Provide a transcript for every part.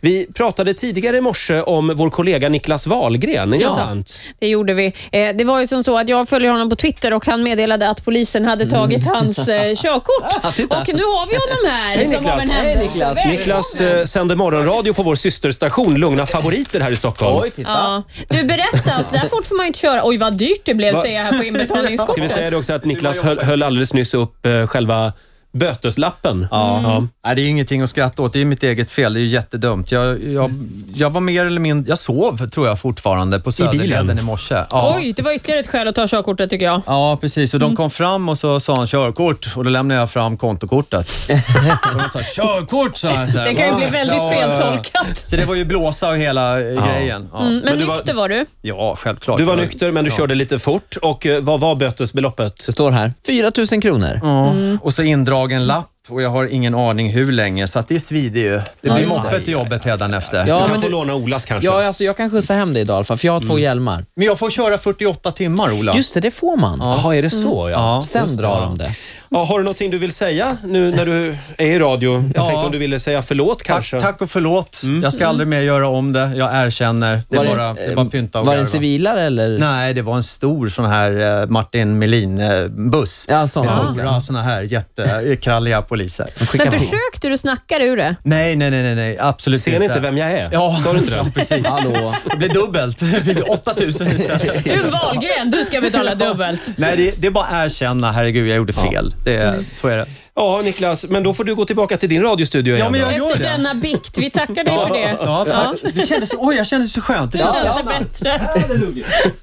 Vi pratade tidigare i morse om vår kollega Niklas Wahlgren, inte Ja. sant? Det gjorde vi. Eh, det var ju som så att jag följer honom på Twitter och han meddelade att polisen hade tagit hans eh, körkort. titta. och nu har vi honom här. Hej, som av Niklas. en Hej, händelse. Niklas. Välkommen. Niklas eh, sänder morgonradio på vår systerstation Lugna favoriter här i Stockholm. Oj, titta. Ja. Du berätta, så där fort får man ju inte köra. Oj, vad dyrt det blev Va? säger jag här på inbetalningskortet. Ska vi säga det också att Niklas höll, höll alldeles nyss upp eh, själva böteslappen. Mm. Ja. Nej, det är ju ingenting att skratta åt. Det är mitt eget fel. Det är ju jättedumt. Jag, jag, jag var mer eller mindre... Jag sov, tror jag, fortfarande på Söderleden bilen? i morse. Ja. Oj, det var ytterligare ett skäl att ta körkortet tycker jag. Ja, precis. Och de kom fram och så sa han körkort och då lämnade jag fram kontokortet. och de sa körkort, sa han. Så här, Det kan ju "Va?" bli väldigt Ja, ja, ja. feltolkat. Så det var ju blåsa och hela eh, grejen. Ja, Mm, Men du var- nykter var du. ja självklart. Du var nykter men du körde lite fort. Och eh, vad var bötesbeloppet? Det står här. 4 000 kronor. Ja. Och så indragen lapp och jag har ingen aning hur länge, så att det svider ju. Det blir just det. moppet i jobbet hädanefter. Ja, du kan men få du- låna Olas kanske. Ja, alltså, jag kan skjutsa hem det idag i alla fall, för jag har Mm. två hjälmar. Men jag får köra 48 timmar, Ola. Just det, det får man. Jaha, är det så? Ja. Ja. Sen just det, drar ja. de det. Ja, har du någonting du vill säga nu när du är i radio? Jag tänkte om du ville säga förlåt Tack, kanske? tack och förlåt. Jag ska aldrig mer göra om det. Jag erkänner. Det Var är det- bara, det är bara pynta och Var det en garva. civilare eller? Nej, det var en stor sån här eh, Martin eh, Melin-buss. Ja, en sån. Med Ja. stora såna här jättekralliga poliser. Skicka Men på. försökte du snacka dig ur det? Nej, nej, nej, nej, nej. absolut Ser ni inte vem jag är? Ja, Sa du inte det? precis. Hallå. Det blir dubbelt. Det blir 8000 istället. Du Wahlgren, du ska betala dubbelt. Nej, det, det är bara att erkänna. Herregud, jag gjorde fel. Det är, så är det. Ja, Niklas, men då får du gå tillbaka till din radiostudio igen. men då. jag- gör Efter det. denna bikt. Vi tackar dig för det. Ja, tack. Det kändes, oj, jag kändes så skönt. Det kändes Känns det bättre?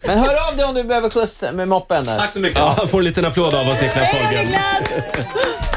Men hör av dig om du behöver skjuts med moppen. Där. så mycket. Ja, han får en liten applåd av oss, Niklas Hej då Wahlgren. Niklas!